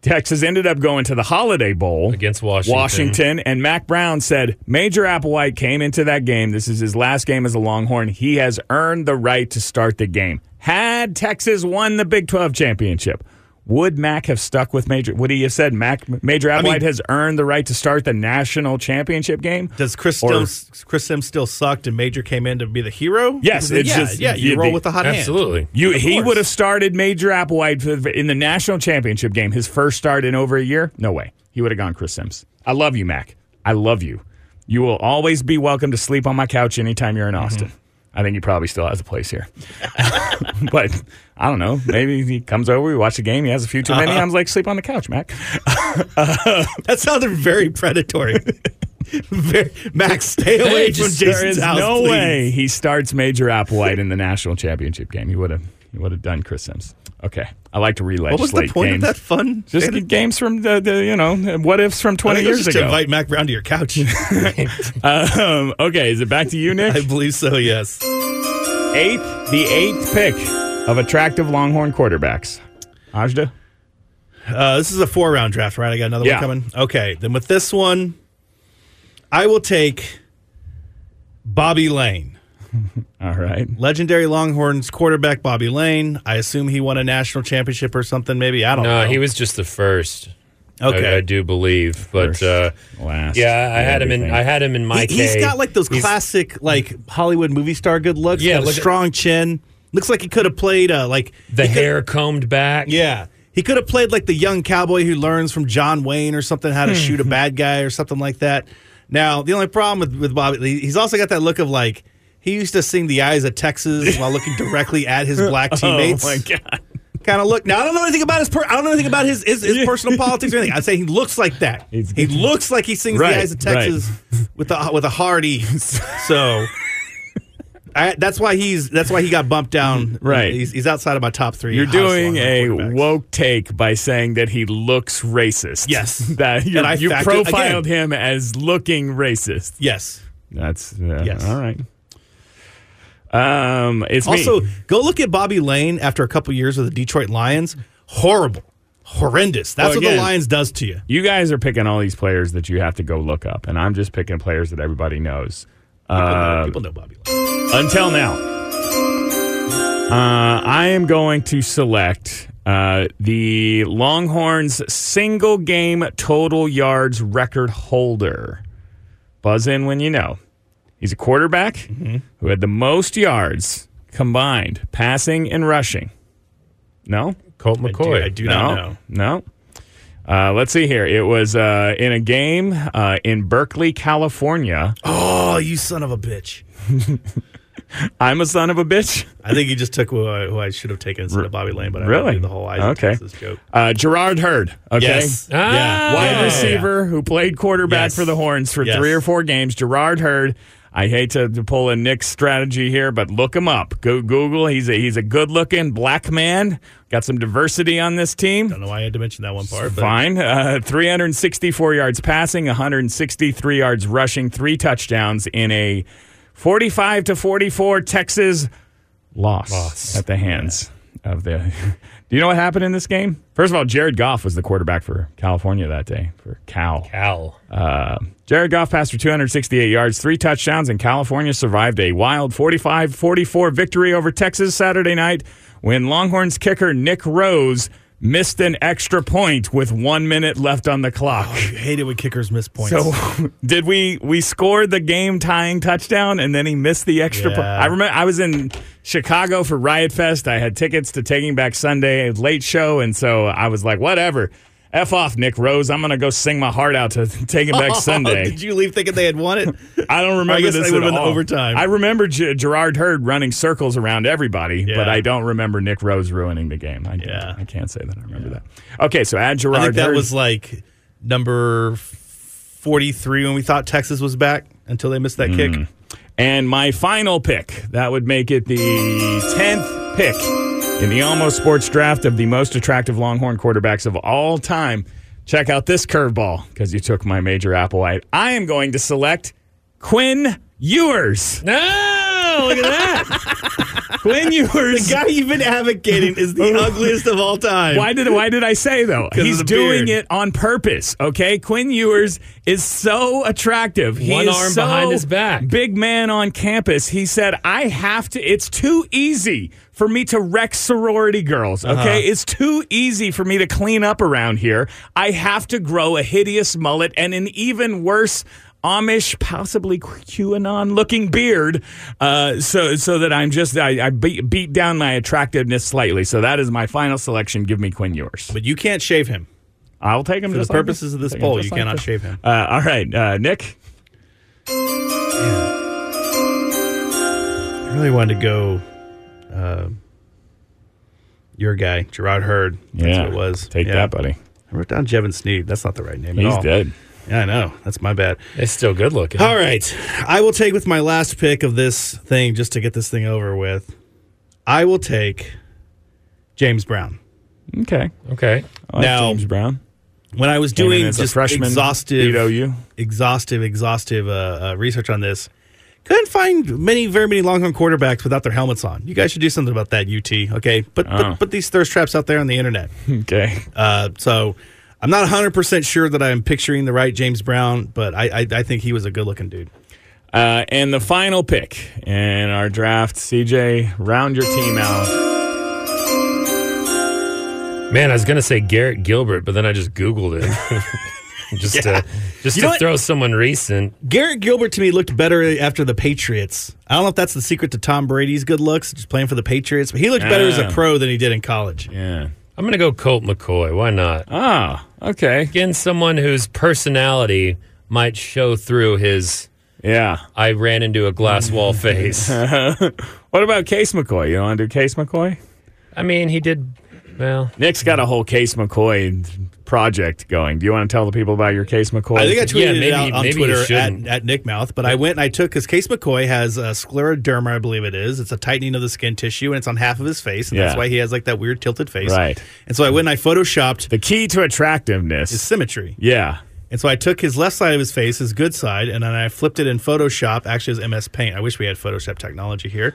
Texas ended up going to the Holiday Bowl
Against Washington.
Washington, and Mac Brown said Major Applewhite came into that game. This is his last game as a Longhorn. He has earned the right to start the game. Had Texas won the Big 12 championship, would Mac have stuck with Major? Would he have said Mac Major Applewhite
mean-
has earned the right to start the national championship game?
Does Chris
Or-
still, Chris Sims still sucked and Major came in to be the hero?
Yes,
Because,
it's
yeah,
just-
yeah. You,
you-
roll
the-
with the hot hand.
Absolutely.
You, he
course.
would have started Major Applewhite for- in the national championship game, his first start in over a year. No way. He would have gone Chris Sims. I love you, Mac. I love you. You will always be welcome to sleep on my couch anytime you're in
Mm-hmm.
Austin. I think he probably still has a place here. but I don't know. Maybe he comes over, we watch the game, he has a few too many.
Uh-huh.
I'm like, sleep on the couch, Mac.
That sounded very predatory. very, Max, stay away from
just-
Jason's
There is
house.
no
please.
way he starts Major Applewhite in the national championship game. He would have he would have done Chris Sims. Okay. I like to relay.
What was the point
games.
of that fun?
Just
fantasy-
get games from the, the you know what ifs from
I
twenty
think it was
years
just to
ago.
invite Mac Brown to your couch.
Um, okay, is it back to you, Nick?
I believe so. Yes.
eighth, the eighth pick of attractive Longhorn quarterbacks. Ajda,
Uh, this is a four round draft, right? I got another
Yeah.
one coming. Okay. Then with this one, I will take Bobby Lane,
all right.
legendary Longhorns quarterback Bobby Lane. I assume he won a national championship or something. Maybe I don't
No,
know.
Uh, he was just the first. I, I
okay.
do believe, but
First,
uh,
last,
yeah, I had him in.
everything.
I had him in my.
he, has
K.
got like those classic like Hollywood movie star good looks.
Yeah,
Yeah,
look at-
strong chin. Looks like he could have played uh, like
the hair combed back.
Yeah. He could have played like the young cowboy who learns from John Wayne or something
Hmm.
how to shoot a bad guy or something like that. Now, the only problem with, with Bobby, he- he's also got that look of like, he used to sing The Eyes of Texas while looking directly at his black teammates.
Oh, god!
Kind of look. Now, I don't know anything about his, per- I don't know anything about his, his, his personal politics or anything. I'd say he looks like that.
He's-
he looks like he sings
Right,
The Eyes of
right.
Texas with, a, with a Hardy. So. I, that's why he's. That's why he got bumped down.
Right.
He's, he's outside of my top three.
You're
House
doing
Longhorn
a
quarterbacks.
woke take by saying that he looks racist.
Yes.
that you,
And I
you
factored-
profiled him as looking racist.
Yes.
That's uh,
Yes.
All right. Um, it's me.
Also, go look at Bobby Lane after a couple years with the Detroit Lions. Horrible. Horrendous. That's
Well,
what
again-
the Lions does to you.
You guys are picking all these players that you have to go look up, and I'm just picking players that everybody knows.
People know-
Uh,
people know Bobby Lane.
until now, uh, I am going to select uh, the Longhorns single game total yards record holder. Buzz in when you know. He's a quarterback
Mm-hmm.
who had the most yards combined, passing and rushing. No?
Colt McCoy.
I do
no,
not know.
No. Uh, let's see here. It was uh, in a game uh, in Berkeley, California.
Oh, you son of a bitch.
I'm a son of a bitch.
I think you just took who I, who I should have taken instead of Bobby Lane, but I
Really?
didn't do the whole eyes
Okay.
okay. this joke.
Uh, Gerard Hurd. Okay.
Yes.
Ah,
Yeah.
Wide
Yeah, yeah,
receiver who played quarterback
Yes.
for the Horns for
Yes.
three or four games. Gerard Hurd. I hate to, to pull a Nick's strategy here, but look him up. Go Google. He's a he's a good looking black man. Got some diversity on this team.
I don't know why I had to mention that one part, but
Fine. Uh, 364 yards passing, 163 yards rushing, three touchdowns in a 45 to 44 Texas loss, at the hands of the. Do you know what happened in this game? First of all, Jared Goff was the quarterback for California that day for Cal.
Al.
Uh, Jared Goff passed for 268 yards, three touchdowns, and California survived a wild 45 44 victory over Texas Saturday night when Longhorns kicker Nick Rose missed an extra point with one minute left on the clock.
you hate it when kickers miss points. Oh,
So did we we scored the game tying touchdown and then he missed the extra point.
Yeah.
I remember I was in Chicago for Riot Fest. I had tickets to Taking Back Sunday a late show and so I was like whatever. F off Nick Rose. I'm going to go sing my heart out to Taking
Oh,
Back Sunday.
Did you leave thinking they had won it?
I don't remember
I guess
this
they
at
would've been
all.
overtime.
I remember G- Gerard Hurd running circles around everybody,
Yeah.
but I don't remember Nick Rose ruining the game. I,
Yeah.
I can't say that I remember that. Okay, so add Gerard
I think that
Hurd.
was like number 43 when we thought Texas was back until they missed that
Mm.
kick.
and my final pick. That would make it the 10th pick in the Almost Sports draft of the most attractive Longhorn quarterbacks of all time. Check out this curveball because you took my major Applewhite. I am going to select Quinn Ewers.
Oh,
No, look at that.
Quinn Ewers.
guy you've been advocating is the ugliest of all time.
Why did why did I say though?
'Cause
He's
of the beard.
doing it on purpose. Okay, Quinn Ewers is so attractive. He
One
is
arm
so
behind his back.
Big man on campus. He said, "I have to. It's too easy for me to wreck sorority girls.
Uh-huh.
Okay, it's too easy for me to clean up around here. I have to grow a hideous mullet and an even worse." Amish, possibly QAnon-looking beard, uh, so so that I'm just I, I beat, beat down my attractiveness slightly. So that is my final selection. Give me Quinn Ewers.
But you can't shave him.
I'll take him
For the
just like
purposes of this
Take him
poll,
just
you
like
cannot
this.
shave him.
Uh, all right, uh, Nick.
I really wanted to go. Uh, your guy, Gerard Hurd. That's
yeah,
what it was.
Take
Yeah.
that, buddy.
I wrote down Jevin Sneed. That's not the right name at
He's
all.
dead.
Yeah, I know. That's my bad.
It's still good looking.
All right. I will take with my last pick of this thing just to get this thing over with. I will take James Brown.
Okay.
Okay.
I like
Now-
James Brown
When I was
Came in
doing
as a
just
freshman,
exhaustive,
beat OU.
exhaustive, exhaustive uh, uh, research on this, couldn't find many, very many Longhorn quarterbacks without their helmets on. You guys should do something about that, UT. Okay, but
Oh.
put, put these thirst traps out there on the internet.
Okay.
Uh, so I'm not 100% sure that I'm picturing the right James Brown, but I, I, I think he was a good looking dude.
Uh, and the final pick in our draft, CJ, round your team out.
Man, I was gonna say Garrett Gilbert, but then I just Googled it. just to just
You know
to
what?
throw someone recent.
Garrett Gilbert to me looked better after the Patriots. I don't know if that's the secret to Tom Brady's good looks, just playing for the Patriots, but he looked better as a
Ah.
pro than he did in college.
Yeah.
I'm gonna go Colt McCoy. Why not?
Ah, okay.
Again, someone whose personality might show through his
Yeah.
I ran into a glass wall face.
What about Case McCoy? You don't want to do Case McCoy?
I mean, he did well.
Nick's got a whole Case McCoy project going. Do you want to tell the people about your Case McCoy?
I think I tweeted
Yeah, maybe-
it out on
maybe you
Twitter at,
shouldn't.
at Nick Mouth, but I went and I took because Case McCoy has uh, scleroderma, I believe it is. It's a tightening of the skin tissue, and it's on half of his face, and that's
Yeah.
why he has like that weird tilted face.
Right.
And so I went and I photoshopped
the key to attractiveness.
his symmetry.
yeah.
And so I took his left side of his face, his good side, and then I flipped it in Photoshop. Actually, it was MS Paint. I wish we had Photoshop technology here.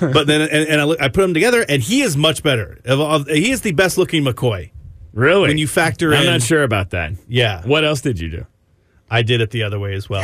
but then, and, and I, look- I put them together, and he is much better. Of- of- he is the best looking McCoy.
Really?
When you factor
I'm
in-
not sure about that.
Yeah.
What else did you do?
I did it the other way as well.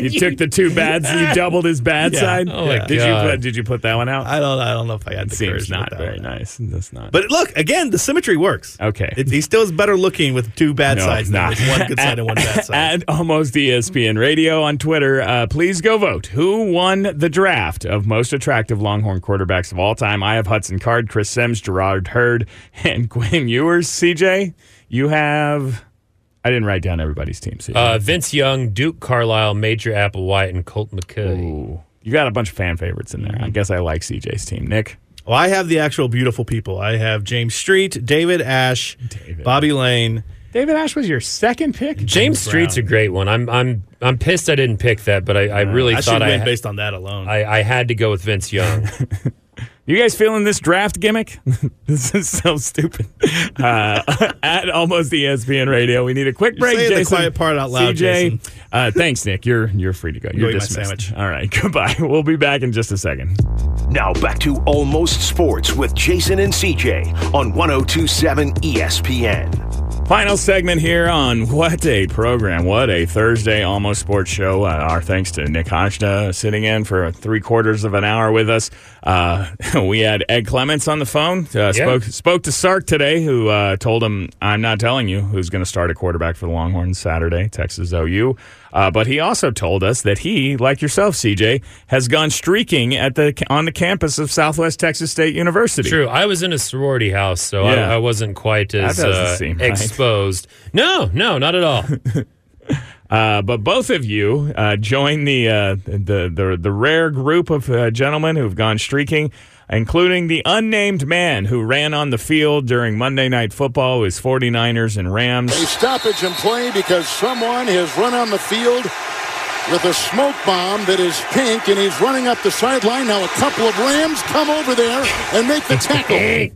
You took the two bads. You doubled his bad
Yeah.
side.
Oh,
my
did
God.
You put, did you put that one out?
I don't. I don't know if I had the courage
Seems
to
not
put that
very
one.
nice. That's not.
But look again, the symmetry works.
Okay.
It- he still is better looking with two bad
No,
sides. than
not.
with one good side and one bad side.
at almost E ESPN Radio on Twitter. Uh, please go vote. Who won the draft of most attractive Longhorn quarterbacks of all time? I have Hudson Card, Chris Sims, Gerard Hurd, and Quinn Ewers. CJ, you have. I didn't write down everybody's team. CJ.
Uh, Vince Young, Duke Carlisle, Major Applewhite, and Colt McCoy.
Ooh. you got a bunch of fan favorites in there. I guess I like CJ's team. Nick,
Well, I have the actual beautiful people. I have James Street, David Ash, Bobby Lane.
David Ash was your second pick.
James Street's a great one. I'm I'm I'm pissed I didn't pick that, but I, I really
Uh, I should
thought I,
win
ha-
based on that alone.
I I had to go with Vince Young.
You guys feeling this draft gimmick? this is so stupid. Uh, at almost E ESPN Radio, we need a quick break.
saying the
Jason.
quiet part out loud,
CJ,
Jason.
Uh, thanks, Nick. You're you're free to go. You're
eat my
dismissed.
sandwich.
All right, goodbye. We'll be back in just a second.
Now back to Almost Sports with Jason and CJ on 1027 ESPN.
Final segment here on what a program, what a Thursday almost sports show. Uh, our thanks to Nick Hashda sitting in for three quarters of an hour with us. Uh, we had Ed Clements on the phone. Uh, Spoke spoke to Sark today, who uh, told him, "I'm not telling you who's going to start a quarterback for the Longhorns Saturday, Texas OU." Uh, but he also told us that he, like yourself, CJ, has gone streaking at the on the campus of Southwest Texas State University.
True. I was in a sorority house, so
Yeah.
I, I wasn't quite as
doesn't
uh,
seem right.
exposed. No, no, not at all.
Uh, but both of you uh, join the, uh, the the the rare group of uh, gentlemen who've gone streaking, including the unnamed man who ran on the field during Monday Night Football, his 49ers and Rams.
stoppage in play because someone has run on the field with a smoke bomb that is pink and he's running up the sideline. Now a couple of Rams come over there and make the tackle.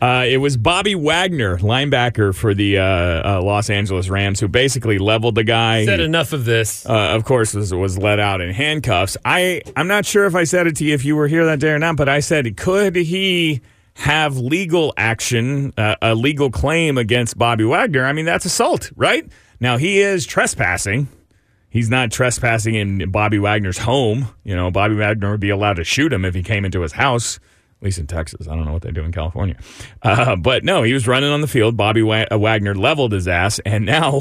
Uh, it was Bobby Wagner, linebacker for the uh, uh, Los Angeles Rams, who basically leveled the guy.
Said enough of this.
uh, of course, was was let out in handcuffs. I I'm not sure if I said it to you if you were here that day or not, but I said could he have legal action, uh, a legal claim against Bobby Wagner? I mean, that's assault, right? Now he is trespassing. He's not trespassing in Bobby Wagner's home. You know, Bobby Wagner would be allowed to shoot him if he came into his house. At least in Texas, I don't know what they do in California. Uh, but no, he was running on the field. Bobby Wa- uh, Wagner leveled his ass, and now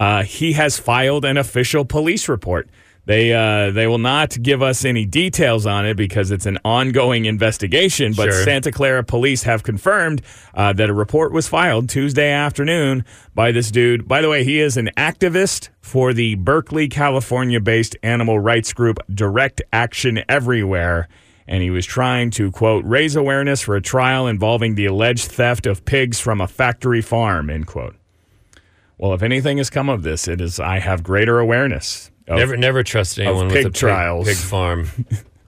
uh, he has filed an official police report. They uh, they will not give us any details on it because it's an ongoing investigation. But
Sure.
Santa Clara police have confirmed uh, that a report was filed Tuesday afternoon by this dude. By the way, he is an activist for the Berkeley, California-based animal rights group Direct Action Everywhere. And he was trying to, quote, raise awareness for a trial involving the alleged theft of pigs from a factory farm, end quote. Well, if anything has come of this, it is I have greater awareness. of
Never, never trust anyone
pig
with a pig,
trials.
pig farm.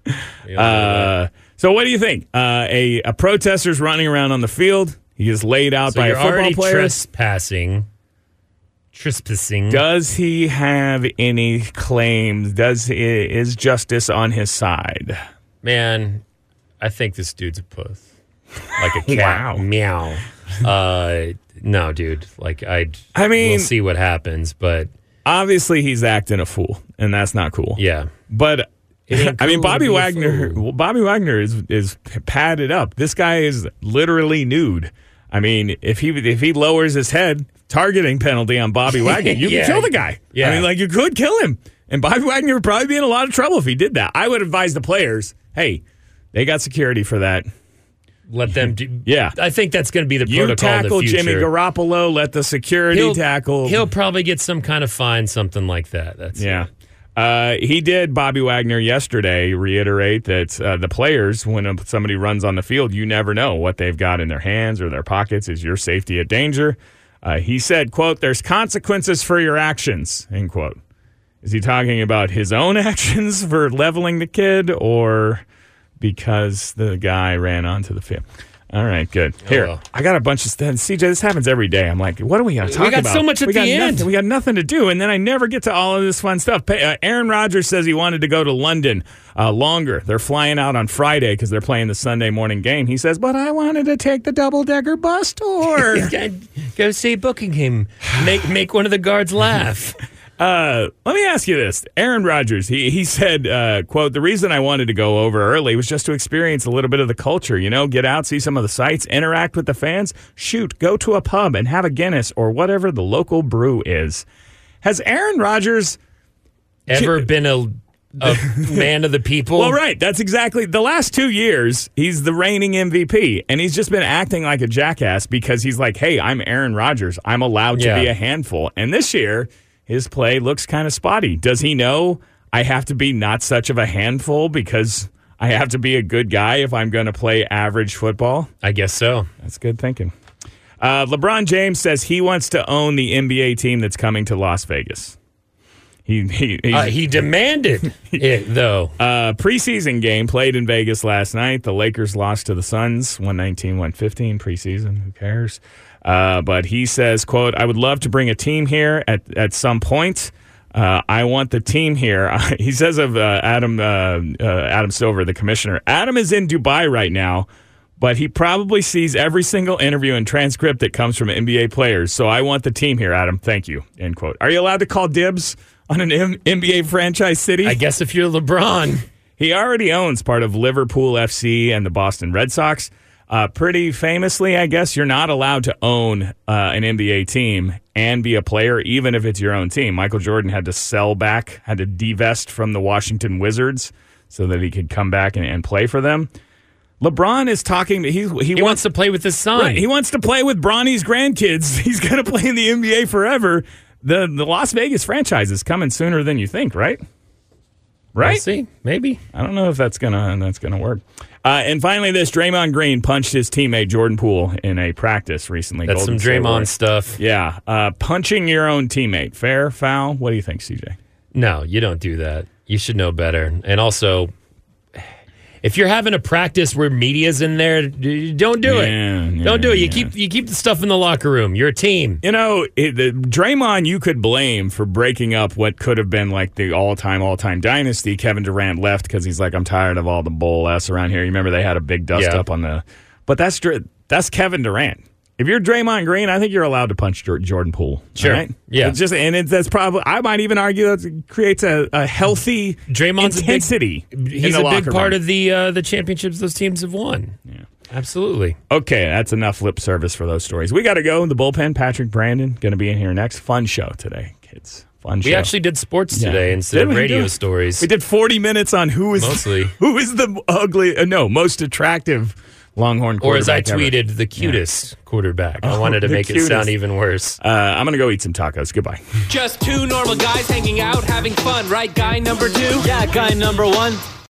You know,
Uh, so what do you think? Uh, a, a protester's running around on the field. He is laid out
so
by
you're
a football
already
player.
trespassing, trespassing.
Does he have any claims? Does i- is justice on his side?
Man, I think this dude's a puss. Like a cat.
Wow.
Meow. Uh, no, dude. Like I'd.
I mean-
we'll see what happens, but
Obviously, he's acting a fool, and that's not cool.
yeah.
But
ain't
I mean,
cool to
Bobby
be a
Wagner.
fool.
Well, Bobby Wagner is is padded up. This guy is literally nude. I mean, if he if he lowers his head, targeting penalty on Bobby Wagner, you
Yeah.
can kill the guy.
Yeah.
I mean, like you could kill him, and Bobby Wagner would probably be in a lot of trouble if he did that. I would advise the players, hey, they got security for that.
Let them do.
Yeah.
I think that's going to be the
You
protocol
tackle
in the future.
Jimmy Garoppolo, let the security tackle.
He'll probably get some kind of fine, something like that. That's
Yeah. Uh, he did, Bobby Wagner, yesterday reiterate that uh, the players, when um, somebody runs on the field, you never know what they've got in their hands or their pockets. Is your safety at danger? Uh, he said, quote, there's consequences for your actions, end quote. Is he talking about his own actions for leveling the kid or because the guy ran onto the field? All right, good. Here,
Oh, well.
I got a bunch of stuff. CJ, this happens every day. I'm like, what are we going to talk
got
about?
so much at
we
the
got
end.
nothing- we got nothing to do, and then I never get to all of this fun stuff. Pa- Uh, Aaron Rodgers says he wanted to go to London uh, longer. They're flying out on Friday because they're playing the Sunday morning game. He says, "But I wanted to take the double decker bus tour."
Go see Buckingham. Make make one of the guards laugh.
Uh, let me ask you this. Aaron Rodgers, he, he said, uh, quote, the reason I wanted to go over early was just to experience a little bit of the culture, you know, get out, see some of the sights, interact with the fans, shoot, go to a pub and have a Guinness or whatever the local brew is. Has Aaron Rodgers
Ever been a, a man of the people?
Well, right. That's exactly the last two years. He's the reigning MVP, and he's just been acting like a jackass because he's like, "Hey, I'm Aaron Rodgers. I'm allowed to
Yeah.
be a handful." And this year, his play looks kind of spotty. Does he know I have to be not such of a handful because I have to be a good guy if I'm going to play average football?
I guess so.
That's good thinking. Uh, LeBron James says he wants to own the NBA team that's coming to Las Vegas. He, he, he's,
Uh, he demanded it though.
Uh, preseason game played in Vegas last night. The Lakers lost to the Suns 119 115 preseason. Who cares? Uh, but he says, quote, I would love to bring a team here at, at some point. Uh, I want the team here. he says of uh, Adam uh, uh, Adam Silver, the commissioner. Adam is in Dubai right now, but he probably sees every single interview and transcript that comes from NBA players. So I want the team here, Adam. Thank you. End quote. Are you allowed to call dibs on an M- NBA franchise city?
I guess if you're LeBron,
He already owns part of Liverpool FC and the Boston Red Sox. Uh, pretty famously, I guess you're not allowed to own uh, an NBA team and be a player, even if it's your own team. Michael Jordan had to sell back, had to divest from the Washington Wizards so that he could come back and, and play for them. LeBron is talking. He he,
he wants to play with his son.
Right, He wants to play with Bronny's grandkids. He's going to play in the NBA forever. The the Las Vegas franchise is coming sooner than you think, right?
We'll
Right.
see, maybe.
I don't know if that's gonna that's gonna work. Uh, and finally, this Draymond Green punched his teammate Jordan Poole in a practice recently.
That's
Golden
some
State
Draymond
Warriors.
stuff.
Yeah, uh, punching your own teammate, fair foul. What do you think, CJ?
No, you don't do that. You should know better. And also, if you're having a practice where media's in there, d- don't do
Yeah,
it.
yeah,
don't do it. You
yeah.
keep you keep the stuff in the locker room. You're a team.
You know, it, the, Draymond, you could blame for breaking up what could have been like the all-time, all-time dynasty. Kevin Durant left because he's like, I'm tired of all the bull s around here. You remember they had a big
Yeah.
dust-up on the, but that's Dr- that's Kevin Durant. If you're Draymond Green, I think you're allowed to punch Jor- Jordan Poole.
Sure.
all right?
Yeah.
It's just and it's, that's probably I might even argue that creates a, a healthy
Draymond's a big-
intensity. in
He's
the
a big
locker
part
room.
of the uh, the championships those teams have won. Yeah, absolutely.
Okay, that's enough lip service for those stories. We got to go. The bullpen, Patrick Brandon, going to be in here next. Fun show today, kids. Fun
We
show.
actually did sports
Yeah.
today instead
Did
of
we
radio
do?
stories.
We did 40 minutes on who is
Mostly.
who is the ugly uh, no most attractive Longhorn
or as I
quarterback ever.
tweeted, the cutest quarterback. I
Oh,
wanted to
the
make it
cutest.
sound even worse.
Uh, I'm gonna go eat some tacos. Goodbye.
Just two normal guys hanging out, having fun, right, guy number two? Yeah, guy number one.